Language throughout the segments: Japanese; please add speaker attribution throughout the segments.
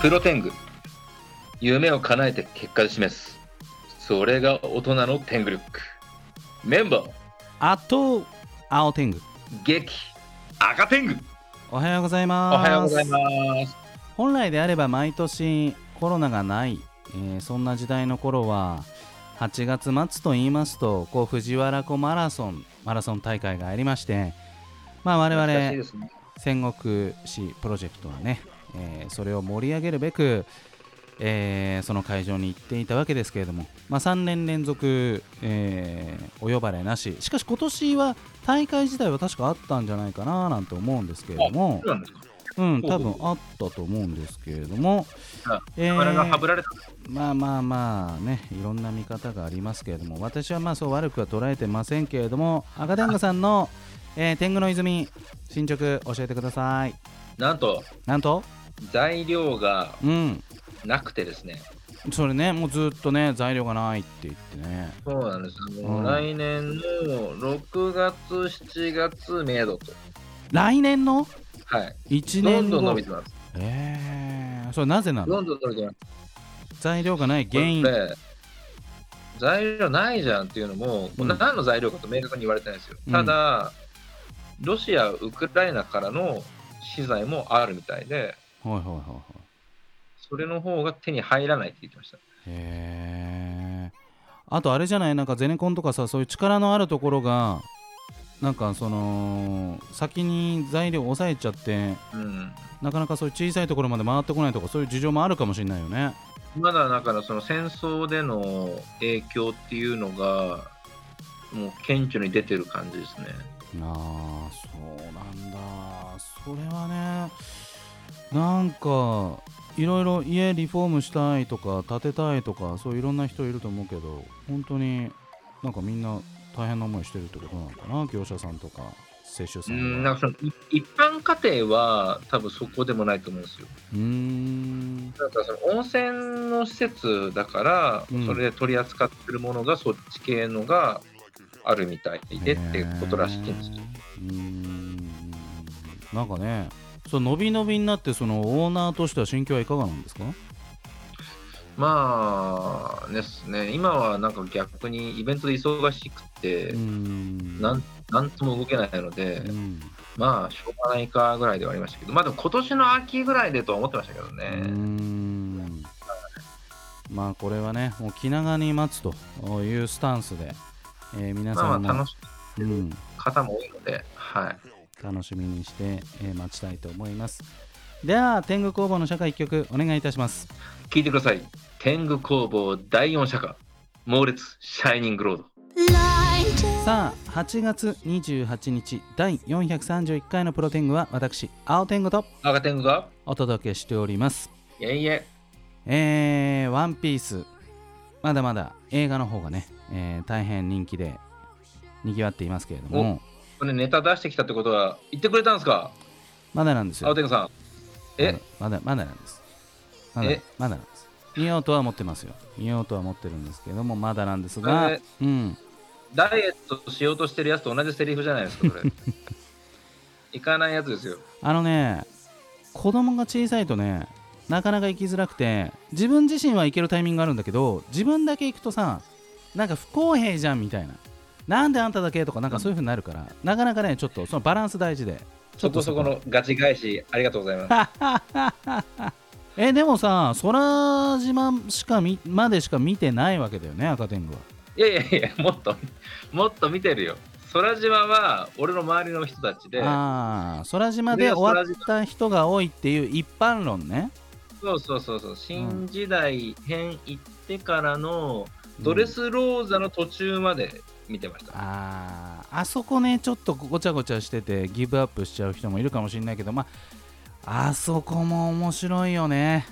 Speaker 1: プロテング夢を叶えて結果で示すそれが大人のテングルックメンバー
Speaker 2: あと青天狗
Speaker 1: 激赤テング
Speaker 2: おはようござい
Speaker 1: お
Speaker 2: ます
Speaker 1: はようございます
Speaker 2: 本来であれば毎年コロナがない、えーそんな時代の頃は8月末と言いますとこう藤原湖マラソンマラソン大会がありましてまあ我
Speaker 1: 懐かしい
Speaker 2: 々
Speaker 1: ですね
Speaker 2: 戦国市プロジェクトはね、えーそれを盛り上げるべく、えーその会場に行っていたわけですけれども、まあ、3年連続、えーお呼ばれなししかし今年は大会自体は確かあったんじゃないかななんて思うんですけれども
Speaker 1: そうなんですか
Speaker 2: うん、
Speaker 1: ほう
Speaker 2: 多
Speaker 1: ほう
Speaker 2: 分あったと思うんですけれども
Speaker 1: あ、
Speaker 2: えー
Speaker 1: 我々がはぶられた
Speaker 2: まあまあまあね、いろんな見方がありますけれども、私はまあそう悪くは捉えてませんけれども、赤天狗さんの、えー天狗の泉、進捗教えてください。
Speaker 1: なんと
Speaker 2: なんと、
Speaker 1: 材料が
Speaker 2: うん、
Speaker 1: なくてですね
Speaker 2: それね、もうずっとね、材料がないって言ってね、
Speaker 1: そうなんですあの、
Speaker 2: うん
Speaker 1: 来年の6月7月明度と
Speaker 2: 来年の
Speaker 1: はい
Speaker 2: 1
Speaker 1: どん
Speaker 2: 年
Speaker 1: ど
Speaker 2: 後
Speaker 1: ん伸びてます
Speaker 2: えー、それなぜなの
Speaker 1: どんどん伸びてます
Speaker 2: 材料がない原因。
Speaker 1: で材料ないじゃんっていうのも、
Speaker 2: うん
Speaker 1: もう何の材料かと明確に言われてないんですよ
Speaker 2: うん
Speaker 1: ただ、ロシアウクライナからの資材もあるみたいで
Speaker 2: ほいほいほいほい。
Speaker 1: それの方が手に入らないって言ってました
Speaker 2: へえあとあれじゃないなんかゼネコンとかさそういう力のあるところがなんかその先に材料を抑えちゃって
Speaker 1: うん
Speaker 2: なかなかそういう小さいところまで回ってこないとかそういう事情もあるかもしれないよね
Speaker 1: まだだからその戦争での影響っていうのがもう顕著に出てる感じですね
Speaker 2: ああそうなんだそれはねなんかいろいろ家リフォームしたいとか建てたいとかそういろんな人いると思うけど本当になんかみんな大変な思いしてるってことなのかな業者さんとか接種
Speaker 1: う
Speaker 2: さん
Speaker 1: ん
Speaker 2: が
Speaker 1: なんかそのい一般家庭は多分そこでもないと思うんですよ
Speaker 2: うーん
Speaker 1: なんかその温泉の施設だから、
Speaker 2: うん
Speaker 1: それで取り扱ってるものがそっち系のがあるみたいでってことらしいんですよ。
Speaker 2: うーんなんかねそう伸び伸びになってそのオーナーとしては心境はいかがなんですか
Speaker 1: まあですね、今はなんか逆にイベントで忙しくて、
Speaker 2: うーん
Speaker 1: なんなんとも動けないので、
Speaker 2: うん
Speaker 1: まあしょうがないかぐらいではありましたけど、まあでも今年の秋ぐらいでとは思ってましたけど
Speaker 2: うー
Speaker 1: ね。
Speaker 2: んまあこれはねもう気長に待つというスタンスで、えー皆
Speaker 1: ま
Speaker 2: さ
Speaker 1: あ
Speaker 2: ん
Speaker 1: ま
Speaker 2: も、
Speaker 1: あ楽しい
Speaker 2: うん、
Speaker 1: 方も多いので、はい。
Speaker 2: 楽しみにして、えー待ちたいと思いますでは天狗工房の社会一曲お願いいたします
Speaker 1: 聞いてください。天狗工房第4社歌、猛烈シャイニングロード。
Speaker 2: さあ8月28日第431回のプロテングは私青天狗と
Speaker 1: 赤天狗が
Speaker 2: お届けしております
Speaker 1: いえいえ。
Speaker 2: えー、ワンピースまだまだ映画の方がね、えー大変人気で賑わっていますけれども
Speaker 1: これネタ出してきたってことは言ってくれたんですか
Speaker 2: まだなんです
Speaker 1: 青
Speaker 2: よ
Speaker 1: 天狗さんえ
Speaker 2: まだまだまだなんですまだ
Speaker 1: え
Speaker 2: まだなんです見ようとは思ってますよ見ようとは思ってるんですけれどもまだなんです
Speaker 1: え
Speaker 2: が
Speaker 1: ー
Speaker 2: うん
Speaker 1: ダイエットしようとしてるやつと同じセリフじゃないですかこ れいかないやつですよ
Speaker 2: あのね子供が小さいとねなかなか行きづらくて自分自身は行けるタイミングがあるんだけど自分だけ行くとさなんか不公平じゃんみたいななんであんただけとかなんかそういう風になるから、なかなかねちょっとそのバランス大事でち
Speaker 1: そ
Speaker 2: ょっと
Speaker 1: こそこのガチ返しありがとうございます
Speaker 2: えでもさ空島しかみまでしか見てないわけだよね赤天狗はい
Speaker 1: やいやいやもっともっと見てるよ空島は俺の周りの人たちで
Speaker 2: ああ空島で終わった人が多いっていう一般論ね
Speaker 1: そうそうそうそう新時代編行ってからのドレスローザの途中まで見てました、
Speaker 2: あーあそこねちょっとごちゃごちゃしててギブアップしちゃう人もいるかもしれないけどまああそこも面白いよね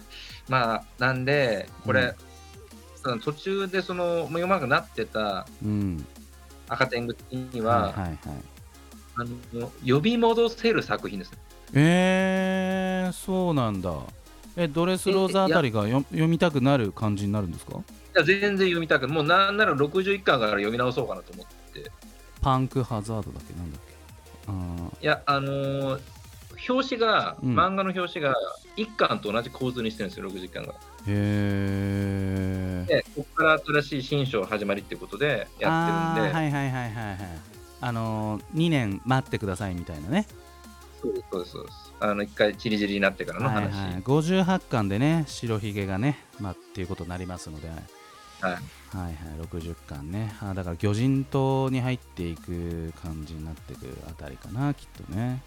Speaker 1: まあなんでこ
Speaker 2: うん
Speaker 1: れ、その途中でそのもう読まなくなってた
Speaker 2: うん
Speaker 1: 赤天狗的には、
Speaker 2: はいはいはい
Speaker 1: あの呼び戻せる作品ですね。
Speaker 2: えー、そうなんだえドレスローザあたりがよ読みたくなる感じになるんですか
Speaker 1: いや全然読みたくもうなんなら61巻から読み直そうかなと思って。
Speaker 2: パンクハザードだっけなんだっけあ
Speaker 1: いや、あのー表紙が、
Speaker 2: うん
Speaker 1: 漫画の表紙が1巻と同じ構図にしてるんですよ、60巻が。
Speaker 2: へえ
Speaker 1: で、ここから新しい新章始まりっていうことでや
Speaker 2: あ
Speaker 1: ってるんで、
Speaker 2: ーはいはいはいはいはいあのー、2年待ってくださいみたいなね
Speaker 1: そうです、そうですそうです。あの、一回チリジリになってからの
Speaker 2: はい
Speaker 1: 話。
Speaker 2: はい、58巻でね白ひげがね、まあ、っていうことになりますので、はい
Speaker 1: はい
Speaker 2: はい60巻ねあーだから魚人島に入っていく感じになってくあたりかなきっとね、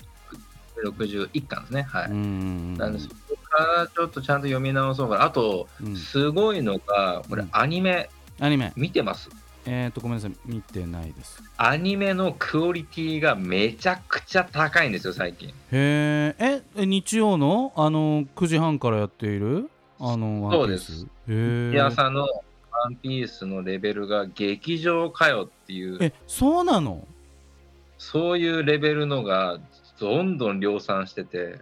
Speaker 1: 61巻ですね。はい。
Speaker 2: うんうん
Speaker 1: なんで、そこからちょっとちゃんと読み直そうかな。あと、
Speaker 2: うん
Speaker 1: すごいのが、これ
Speaker 2: うん
Speaker 1: アニメ
Speaker 2: アニメ
Speaker 1: 見てます。
Speaker 2: えっ、ー、とごめんなさい見てないです
Speaker 1: アニメのクオリティがめちゃくちゃ高いんですよ、最近。
Speaker 2: へーええ日曜のあの9時半からやっているあのワンピース
Speaker 1: そう
Speaker 2: へー
Speaker 1: ピアさんのワンピースのレベルが劇場かよっていう、
Speaker 2: えそうなの
Speaker 1: そういうレベルのがどんどん量産してて、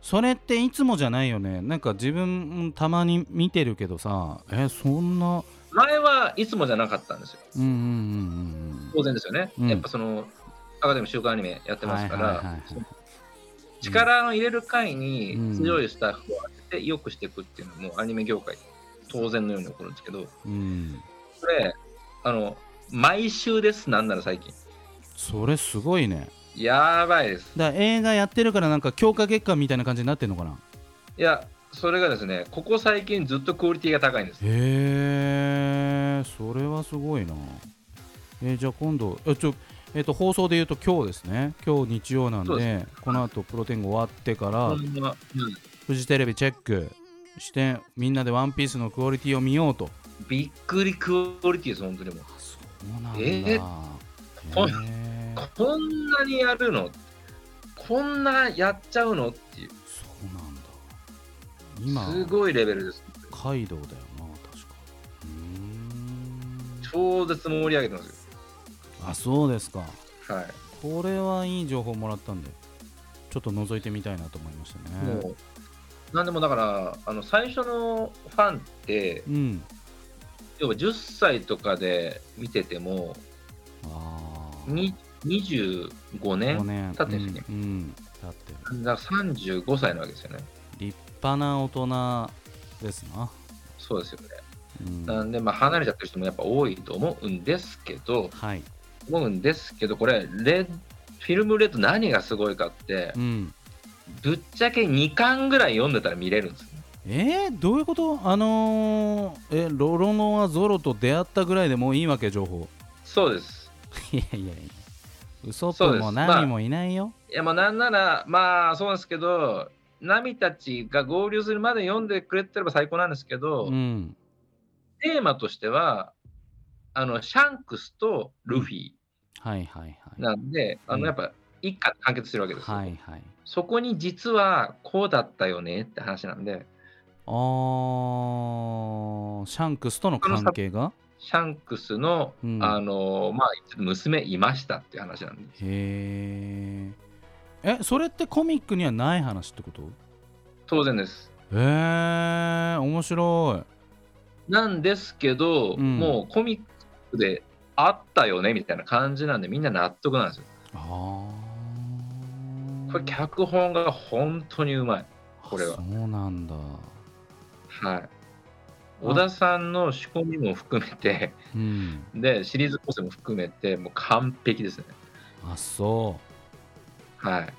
Speaker 2: それっていつもじゃないよねなんか自分うんたまに見てるけどさえそんな
Speaker 1: 前はいつもじゃなかったんですよ。
Speaker 2: うんうんうん
Speaker 1: 当然ですよね。
Speaker 2: うん
Speaker 1: やっぱその、アカデミー週刊アニメやって
Speaker 2: うん
Speaker 1: ますから、
Speaker 2: はいはいはいはい
Speaker 1: 力の入れる回に
Speaker 2: うん
Speaker 1: 強いスタッフを当てて良くしていくっていうのもアニメ業界当然のように起こるんですけど
Speaker 2: うん、
Speaker 1: これあの毎週ですなんなら最近
Speaker 2: それすごいね
Speaker 1: やばいです
Speaker 2: だから映画やってるからなんか強化月間みたいな感じになってんのかない
Speaker 1: やそれがですねここ最近ずっとクオリティが高いんです
Speaker 2: へえそれはすごいなえーじゃあ今度えちょ、えっと放送で言うと今日ですね今日日曜なんで
Speaker 1: そうで
Speaker 2: この後プロテング終わってから、
Speaker 1: ほんまうん
Speaker 2: フジテレビチェックしてみんなで「ワンピースのクオリティを見ようと
Speaker 1: びっくりクオリティです本当にもう
Speaker 2: そうなんだ、
Speaker 1: えー
Speaker 2: へ
Speaker 1: こ
Speaker 2: え
Speaker 1: こんなにやるのこんなやっちゃうのっていう
Speaker 2: そうなんだ
Speaker 1: す
Speaker 2: 今
Speaker 1: ごいレベルです
Speaker 2: 北海道だよな確かうーん
Speaker 1: 超絶盛り上げてます
Speaker 2: あそうですか
Speaker 1: よはい
Speaker 2: これはいい情報もらったんでちょっと覗いてみたいなと思いましたね
Speaker 1: もう、なんでもだから、あの最初のファンって、
Speaker 2: うん。
Speaker 1: 要は10歳とかで見てても、
Speaker 2: ああ。
Speaker 1: に25
Speaker 2: 五
Speaker 1: 年、
Speaker 2: 年
Speaker 1: 経ってるんですね
Speaker 2: うん。うん経ってる。
Speaker 1: だから35歳なわけですよね。
Speaker 2: 立派な大人ですな。
Speaker 1: そうですよね。
Speaker 2: うん
Speaker 1: なんで、まあ、離れちゃってる人もやっぱ多いと思うんですけど、
Speaker 2: はい。
Speaker 1: 思うんですけど、これ、レフィルムレッド何がすごいかって
Speaker 2: う、ん。
Speaker 1: ぶっちゃけ2巻ぐらい読んでたら見れるんですね。
Speaker 2: えー、どういうことあのー、え、ロロノアゾロと出会ったぐらいでもういいわけ、情報。
Speaker 1: そうです。
Speaker 2: いやいやいや。嘘
Speaker 1: そう
Speaker 2: プ
Speaker 1: です
Speaker 2: も何もいないよ。
Speaker 1: いやまあなんならまあそうなんですけどナミたちが合流するまで読んでくれてれば最高なんですけど、
Speaker 2: うん。
Speaker 1: テーマとしてはあのシャンクスとルフィ
Speaker 2: はいはいはい。
Speaker 1: なんで、あ
Speaker 2: うん
Speaker 1: のやっぱ一家完結してるわけですよ、
Speaker 2: はいはい。
Speaker 1: そこに実はこうだったよねって話なんで
Speaker 2: あー、シャンクスとの関係が
Speaker 1: シャンクスの、
Speaker 2: うん
Speaker 1: あのまあ娘いましたっていう話なんで
Speaker 2: へー。え、それってコミックにはない話ってこと
Speaker 1: 当然です
Speaker 2: へえ面白
Speaker 1: なんですけど、
Speaker 2: うん
Speaker 1: もうコミックであったよねみたいな感じなんでみんな納得なんですよ
Speaker 2: いああ
Speaker 1: これ脚本が本当にうまい。これは
Speaker 2: そうなんだ
Speaker 1: はい。小田さんの仕込みも含めて、
Speaker 2: うん
Speaker 1: で、シリーズ構成も含めて、もう完璧ですね。
Speaker 2: あそ
Speaker 1: はい。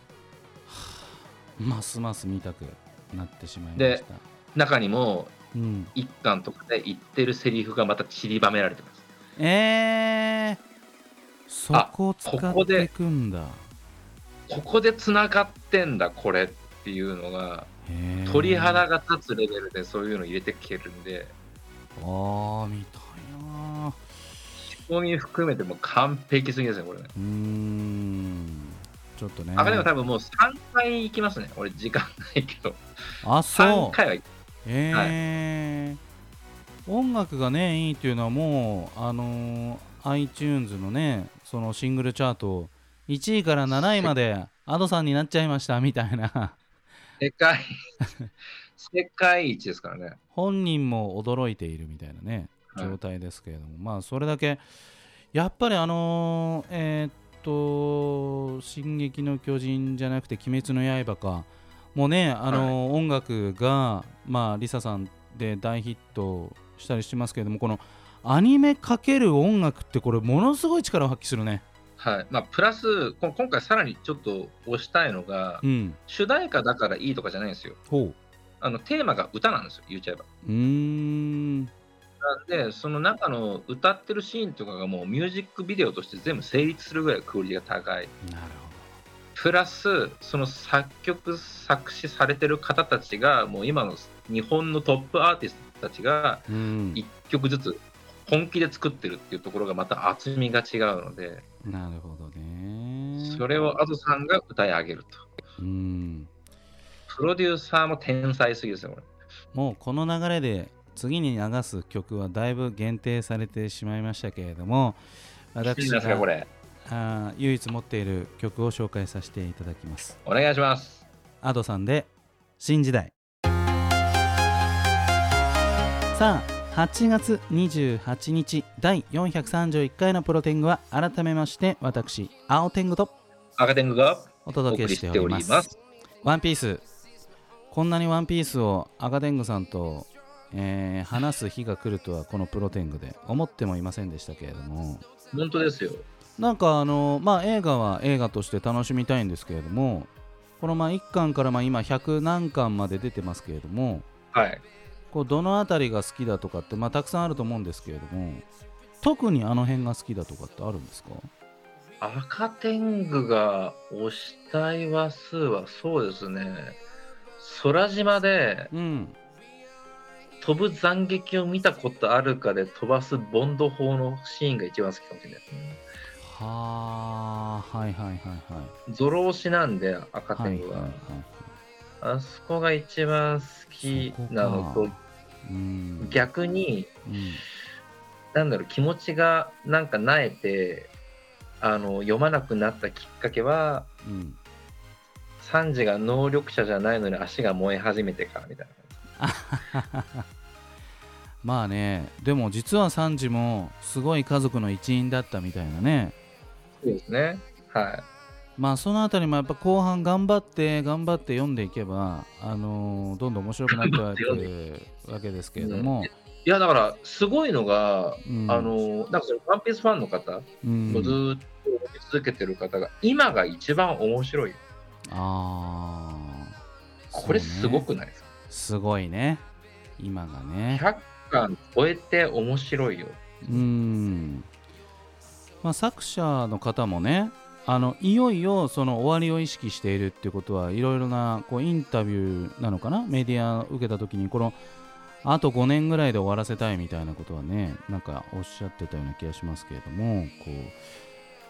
Speaker 2: うますます見たくなってしまいま
Speaker 1: で
Speaker 2: した
Speaker 1: 中にも、
Speaker 2: うん
Speaker 1: 一巻とかで言ってるセリフがまた散りばめられてます。
Speaker 2: えー、そこを使
Speaker 1: あこ
Speaker 2: っ
Speaker 1: こ
Speaker 2: て
Speaker 1: で
Speaker 2: いくんだ
Speaker 1: ここで繋がってんだ、これっていうのが、
Speaker 2: へー
Speaker 1: 鳥
Speaker 2: あ
Speaker 1: 肌が立つレベルでそういうの入れてきてるんで、
Speaker 2: ーみたいな
Speaker 1: 仕込み含めてもう完璧すぎですね、これね。
Speaker 2: うーんちょっとね
Speaker 1: あかねは多分もう3回行きますね。俺、時間ないけど。
Speaker 2: あ
Speaker 1: 3
Speaker 2: そう
Speaker 1: 回は行
Speaker 2: えー音楽がねいいっていうのはもうあのー iTunes のねそのシングルチャート1位から7位まで Ado さんになっちゃいましたみたいな
Speaker 1: 世 界、世界一ですからね。
Speaker 2: 本人も驚いているみたいなね
Speaker 1: はい
Speaker 2: 状態ですけれども、まあそれだけやっぱりあのーえーっと「進撃の巨人」じゃなくて「鬼滅の刃か」もうねあの、音楽がまあリサさんで大ヒットしたりしてますけれどもこのアニメかける音楽ってこれものすごい力を発揮するね
Speaker 1: はいまあ、プラスこ今回さらにちょっと推したいのが、
Speaker 2: うん
Speaker 1: 主題歌だからいいとかじゃないんですよ
Speaker 2: ほ
Speaker 1: あのテーマが歌なんですよ言っちゃえば
Speaker 2: ううーん
Speaker 1: なんでその中の歌ってるシーンとかがもうミュージックビデオとして全部成立するぐらいクオリティが高い
Speaker 2: なる
Speaker 1: プラスその作曲作詞されてる方たちがもう今の日本のトップアーティストたちが
Speaker 2: ほど、うん、
Speaker 1: 1曲ずつ本気で作ってるっていうところがまた厚みが違うので
Speaker 2: なるほどね
Speaker 1: それを Ado さんが歌い上げると
Speaker 2: うん
Speaker 1: プロデューサーも天才すぎですよこれ
Speaker 2: もうこの流れで次に流す曲はだいぶ限定されてしまいましたけれども
Speaker 1: いい
Speaker 2: 私
Speaker 1: ですかこ
Speaker 2: が
Speaker 1: れ
Speaker 2: あー唯一持っている曲を紹介させていただきます
Speaker 1: お願いします
Speaker 2: アドさんで新時代さあ8月28日第431回のプロテングは改めまして私青天狗と
Speaker 1: 赤天狗が
Speaker 2: お
Speaker 1: お
Speaker 2: 届
Speaker 1: 送
Speaker 2: け
Speaker 1: り
Speaker 2: し
Speaker 1: してて
Speaker 2: お
Speaker 1: お
Speaker 2: り
Speaker 1: り
Speaker 2: ま
Speaker 1: ますす
Speaker 2: ワンピースこんなにワンピースを赤天狗さんと、えー話す日が来るとはこのプロテングで思ってもいませんでしたけれども
Speaker 1: 本当ですよ
Speaker 2: なんかあのまあ映画は映画として楽しみたいんですけれどもこのまあ1巻からまあ今100何巻まで出てますけれども
Speaker 1: はい
Speaker 2: こうどの辺りが好きだとかって、まあ、たくさんあると思うんですけれども特にあの辺が好きだとかってあるんですか
Speaker 1: 赤天狗が推したい話数はそうですね空島で
Speaker 2: うん
Speaker 1: 飛ぶ斬撃を見たことあるかで飛ばすボンド砲のシーンが一番好きかもしれないですね
Speaker 2: はあはいはいはいはい
Speaker 1: ゾロ押しなんで赤
Speaker 2: はい
Speaker 1: 天
Speaker 2: はい
Speaker 1: 狗は、
Speaker 2: はい
Speaker 1: あそこが一番好きなの
Speaker 2: そことかうん
Speaker 1: 逆に
Speaker 2: うん
Speaker 1: なんだろう気持ちがなんかなえてあの読まなくなったきっかけは
Speaker 2: うん
Speaker 1: サンジが能力者じゃないのに足が燃え始めてからみたいな
Speaker 2: まあねでも実はサンジもすごい家族の一員だったみたいなね
Speaker 1: そうですねはい
Speaker 2: まあそのあたりもやっぱ後半頑張って頑張って読んでいけばあのーどんどん面白くなってはいくわけですけれども、
Speaker 1: いやだからすごいのが、
Speaker 2: うん
Speaker 1: あのなんかそのワンピースファンの方、
Speaker 2: うん
Speaker 1: ずーっと見続けてる方が今が一番面白い
Speaker 2: ああ
Speaker 1: これすごくないですか、
Speaker 2: すごいね今がね
Speaker 1: 100巻超えて面白いよ
Speaker 2: うん、まあ、作者の方もねあのいよいよその終わりを意識しているっていうことはいろいろなこうインタビューなのかなメディアを受けた時にこのあと5年ぐらいで終わらせたいみたいなことはねなんかおっしゃってたような気がしますけれどもこ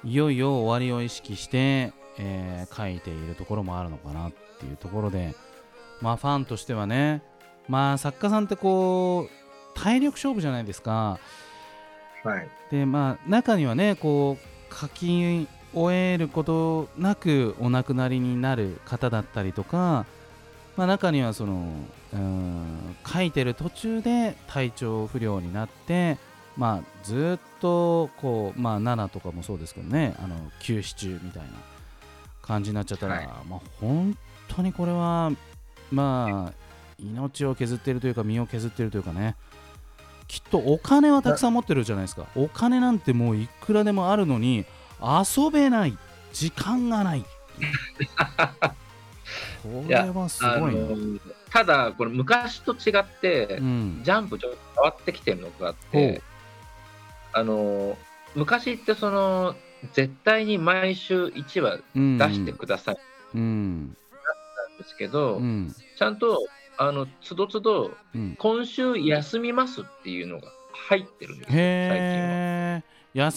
Speaker 2: ういよいよ終わりを意識して、えー書いているところもあるのかなっていうところでまあファンとしてはねまあ作家さんってこう体力勝負じゃないですか
Speaker 1: はい
Speaker 2: でまあ中にはねこう書き終えることなくお亡くなりになる方だったりとか、まあ、中にはそのうーん書いてる途中で体調不良になって、まあ、ずっとこう、まあ、7とかもそうですけどねあの休止中みたいな感じになっちゃったら、
Speaker 1: はい
Speaker 2: まあ、本当にこれは、まあ、命を削ってるというか身を削ってるというかねきっとお金はたくさん持ってるじゃないですかお金なんてもういくらでもあるのに遊べない時間 がないこれはす
Speaker 1: あ
Speaker 2: ごいな
Speaker 1: のただこれ昔と違って、
Speaker 2: うん
Speaker 1: ジャンプちょっと変わってきてるのがあっ
Speaker 2: ほう
Speaker 1: てあの昔ってその絶対に毎週1話
Speaker 2: うん
Speaker 1: 出してください
Speaker 2: うん
Speaker 1: なんですけど、
Speaker 2: うん
Speaker 1: ちゃんとあのつどつど
Speaker 2: うん
Speaker 1: 今週休みますっていうのが入ってるんですよ、最近は。
Speaker 2: へえ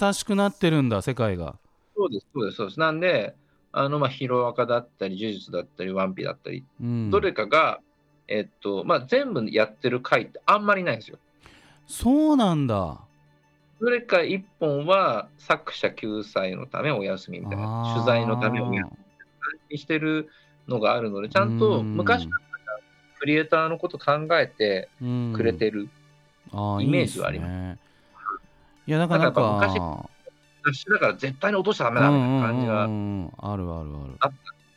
Speaker 2: 優しくなってるんだ世界が
Speaker 1: そうです、そうです、そうです。なんで、あのまあヒロアカだったり、呪術だったり、ワンピだったり、
Speaker 2: うん
Speaker 1: どれかが、えっとまあ、全部やってる回ってあんまりないんですよ。
Speaker 2: そうなんだ
Speaker 1: どれか1本は作者救済のためお休みみたい
Speaker 2: あ
Speaker 1: な
Speaker 2: ー、
Speaker 1: 取材のためお休みしてるのがあるので、ちゃんと昔のクリエイターのこと考えて
Speaker 2: うん
Speaker 1: くれてる。
Speaker 2: あ
Speaker 1: イメージはあり
Speaker 2: ますねいやだからな
Speaker 1: な
Speaker 2: ん
Speaker 1: んかやっぱ
Speaker 2: か
Speaker 1: だから絶対に落としちゃダメ
Speaker 2: う
Speaker 1: だ
Speaker 2: ん
Speaker 1: み
Speaker 2: う
Speaker 1: たいなん感じが
Speaker 2: うんうんうんあるあるある。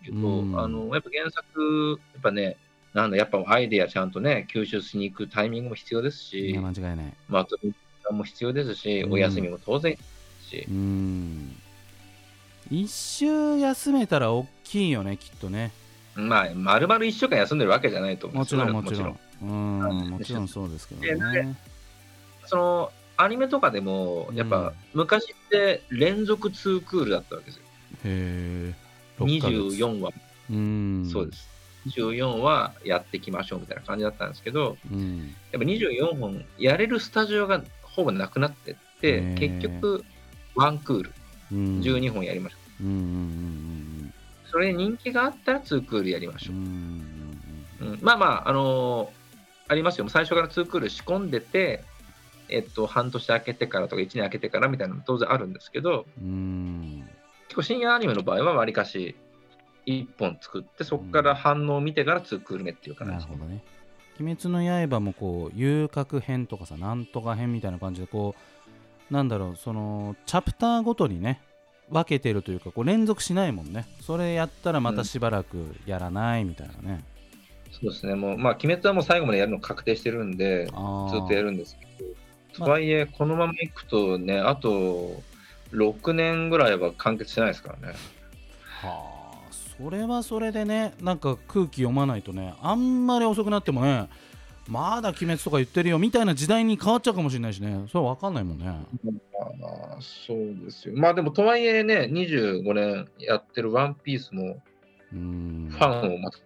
Speaker 1: けど、
Speaker 2: うん
Speaker 1: あのやっぱ原作やっぱねなんだやっぱアイデアちゃんとね吸収しに行くタイミングも必要です
Speaker 2: い
Speaker 1: し
Speaker 2: や、間違いない。
Speaker 1: まとめる時間も必要ですし、
Speaker 2: うん
Speaker 1: お休みも当然必要ですし、
Speaker 2: うん。一周休めたら大きいよね、きっとね。
Speaker 1: まあ丸々一週間休んでるわけじゃないと思うん
Speaker 2: も
Speaker 1: です
Speaker 2: ち
Speaker 1: よ
Speaker 2: ろん、もちろん。うん
Speaker 1: ろんはい
Speaker 2: もちろんそうですけど
Speaker 1: でなん
Speaker 2: ね。
Speaker 1: そのアニメとかでもやっ
Speaker 2: うん
Speaker 1: ぱ昔って連続ツークールだったわけですよ、
Speaker 2: へえ。24。
Speaker 1: 24話、
Speaker 2: うん。
Speaker 1: そうです24話やっていきましょうみたいな感じだったんですけど
Speaker 2: うん。
Speaker 1: やっぱ24本やれるスタジオがほぼなくなってって、
Speaker 2: ねえ
Speaker 1: 結局ワンクール
Speaker 2: うん。
Speaker 1: 12本やりましょ
Speaker 2: うんうんうん
Speaker 1: う、それで人気があったらツークールやりまし
Speaker 2: うんう
Speaker 1: ょ
Speaker 2: ん。う
Speaker 1: う、
Speaker 2: ん
Speaker 1: うんまあまああのーありますよ最初からツークール仕込んでてえっと、半年明けてからとか1年明けてからみたいなのも当然あるんですけど、
Speaker 2: うんうん。
Speaker 1: 結構深夜アニメの場合はわりかし1本作ってそこから反応を見てから2クール目っていう
Speaker 2: うん。
Speaker 1: 感
Speaker 2: なる
Speaker 1: じ、
Speaker 2: ほどね。鬼滅の刃もこう遊郭編とかさなんとか編みたいな感じでこうなんだろうそのチャプターごとにね分けてるというかこう連続しないもんねそれやったらまたしばらくやらないみたいなね、
Speaker 1: そうですねもうまあ鬼滅はもう最後までやるの確定してるんで
Speaker 2: ああ
Speaker 1: ずっとやるんですけど
Speaker 2: まあ
Speaker 1: とはいえこのままいくとねあと6年ぐらいは完結しないですからね
Speaker 2: はあそれはそれでねなんか空気読まないとねあんまり遅くなってもねまだ鬼滅とか言ってるよみたいな時代に変わっちゃうかもしれないしねそれ分かんないもんね
Speaker 1: まあまあそうですよまあでもとはいえね25年やってる「ワンピースも
Speaker 2: うん
Speaker 1: ファンをまた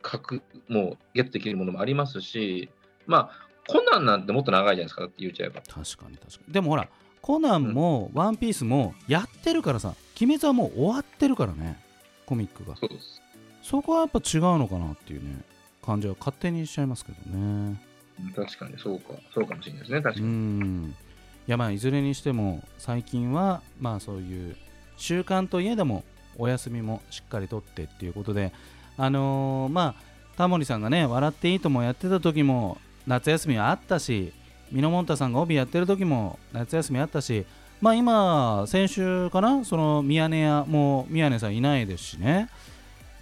Speaker 1: 確もうゲットできるものもありますしまあコナンなんてもっと長いじゃないですかだって言っちゃえば
Speaker 2: 確かに確かにでもほらコナンも「ワンピースもやってるからさ鬼滅はもう終わってるからねコミックが
Speaker 1: そうです
Speaker 2: そこはやっぱ違うのかなっていうね感じは勝手にしちゃいますけどね
Speaker 1: 確かにそうか、そうかもしれないですね、確
Speaker 2: う
Speaker 1: かに。
Speaker 2: んいやまあいずれにしても最近はまあそういう習慣といえどもお休みもしっかりとってっていうことであのーまあタモリさんがね「笑っていいとも」やってた時も夏休みはあったしミノモンタさんが帯やってる時も夏休みあったしまあ今先週かなそのミヤネ屋もう宮根さんいないですしね、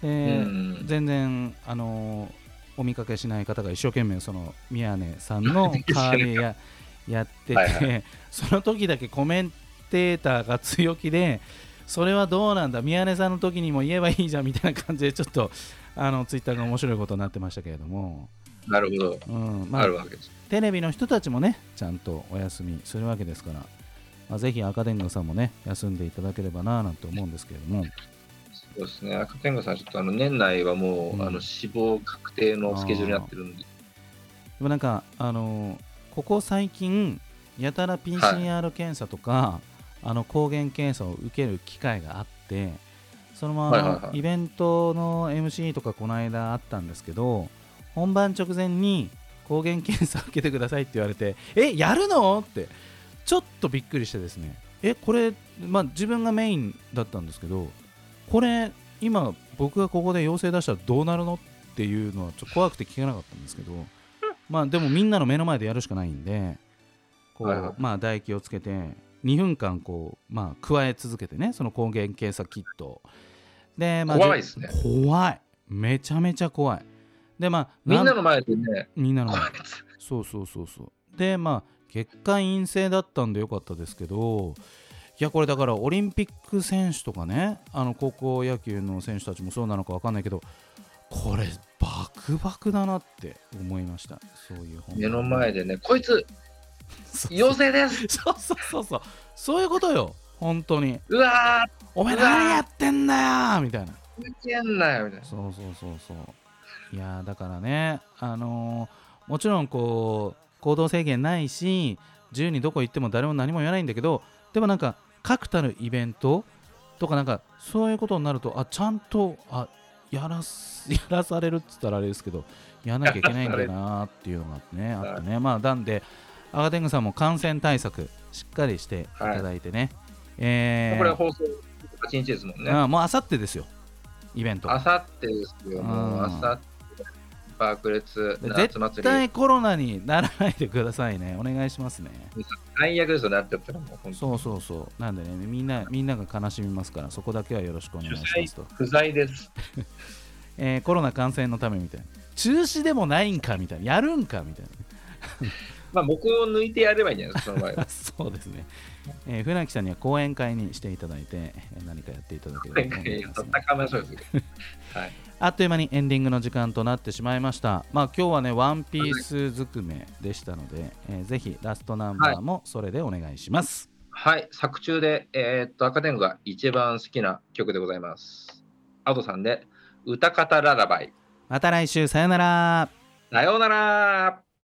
Speaker 2: えー
Speaker 1: うん
Speaker 2: 全然あのお見かけしない方が一生懸命その宮根さん の代わりややってて、
Speaker 1: はいは
Speaker 2: その時だけコメンテーターが強気でそれはどうなんだ宮根さんの時にも言えばいいじゃんみたいな感じでちょっとあのツイッターが面白いことになってましたけれども、
Speaker 1: なるほど、
Speaker 2: うんま
Speaker 1: あ
Speaker 2: あ
Speaker 1: る、わけです。
Speaker 2: テレビの人たちもねちゃんとお休みするわけですから、まあ、ぜひ赤天狗さんもね休んでいただければなぁなんて思うんですけれども
Speaker 1: そうですね、赤天狗さん、ちょっとあの年内はもう、
Speaker 2: うん
Speaker 1: あの死亡確定のスケジュールになってるんで、
Speaker 2: でもなんか、あのーここ最近、やたら PCR 検査とか、あの抗原検査を受ける機会があって、そのま
Speaker 1: はいはい
Speaker 2: ま
Speaker 1: はい
Speaker 2: イベントの MC とか、この間あったんですけど、本番直前に抗原検査を受けてくださいって言われて、 え、やるのって、ちょっとびっくりしてですね、え、これ、まあ、自分がメインだったんですけど、これ、今、僕がここで陽性出したらどうなるのっていうのは、ちょっと怖くて聞けなかったんですけど。まあでもみんなの目の前でやるしかないんでこう、
Speaker 1: はいはい
Speaker 2: まあ唾液をつけて2分間こうまあ加え続けてねその抗原検査キットをで、まあ、
Speaker 1: 怖いですね。
Speaker 2: 怖いめちゃめちゃ怖いでまあ
Speaker 1: みんなの前でね、
Speaker 2: みんなの
Speaker 1: 怖
Speaker 2: 前
Speaker 1: いです。
Speaker 2: そうそうそうそうでまあ結果陰性だったんでよかったですけどいやこれだからオリンピック選手とかねあの高校野球の選手たちもそうなのか分かんないけどこれバクバクだなって思いましたそういう本
Speaker 1: 目の前でね、こいつ、
Speaker 2: そう
Speaker 1: 陽性です
Speaker 2: そうそうそうそうそういうことよ本当に
Speaker 1: うわー、
Speaker 2: お前
Speaker 1: うわー
Speaker 2: 何やってんだよみたいな
Speaker 1: ふけんなよみたいな。
Speaker 2: そうそうそうそういやーだからねあのーもちろんこう行動制限ないし自由にどこ行っても誰も何も言わないんだけどでもなんか確たるイベントとかなんかそういうことになるとあちゃんとあやらす やらされるっつったらあれですけどやらなきゃいけないんだなーっていうのがあってねあってねまあなんで赤天狗さんも感染対策しっかりしていただいてね、えー
Speaker 1: これは放送18日ですもんね。
Speaker 2: うんもうあさってですよイベント
Speaker 1: あさってですよ、もう
Speaker 2: うん
Speaker 1: あさっ爆裂夏
Speaker 2: 絶
Speaker 1: 祭り
Speaker 2: 対コロナにならないでくださいねお願いしますね
Speaker 1: 最悪ですよなっちゃったらもう本当
Speaker 2: そうそうそうなんでねみんなみんなが悲しみますからそこだけはよろしくお願いしますと、
Speaker 1: 不在です
Speaker 2: えーコロナ感染のためみたいな中止でもないんかみたいなやるんかみたいな
Speaker 1: まあ僕を抜いてやればいいんじゃないですかその場合は
Speaker 2: そうですね、えー船木さんには講演会にしていただいてえー何かやっていただければと思いますね、
Speaker 1: 高めそうですけどはい
Speaker 2: あっという間にエンディングの時間となってしまいました。まあ今日はね、ワンピースずくめでしたので、えーぜひラストナンバーもそれでお願いします。
Speaker 1: はい、作中で、えーっと、赤天狗が一番好きな曲でございます。アドさんで、歌方ララバイ。
Speaker 2: また来週、さよなら。
Speaker 1: さようなら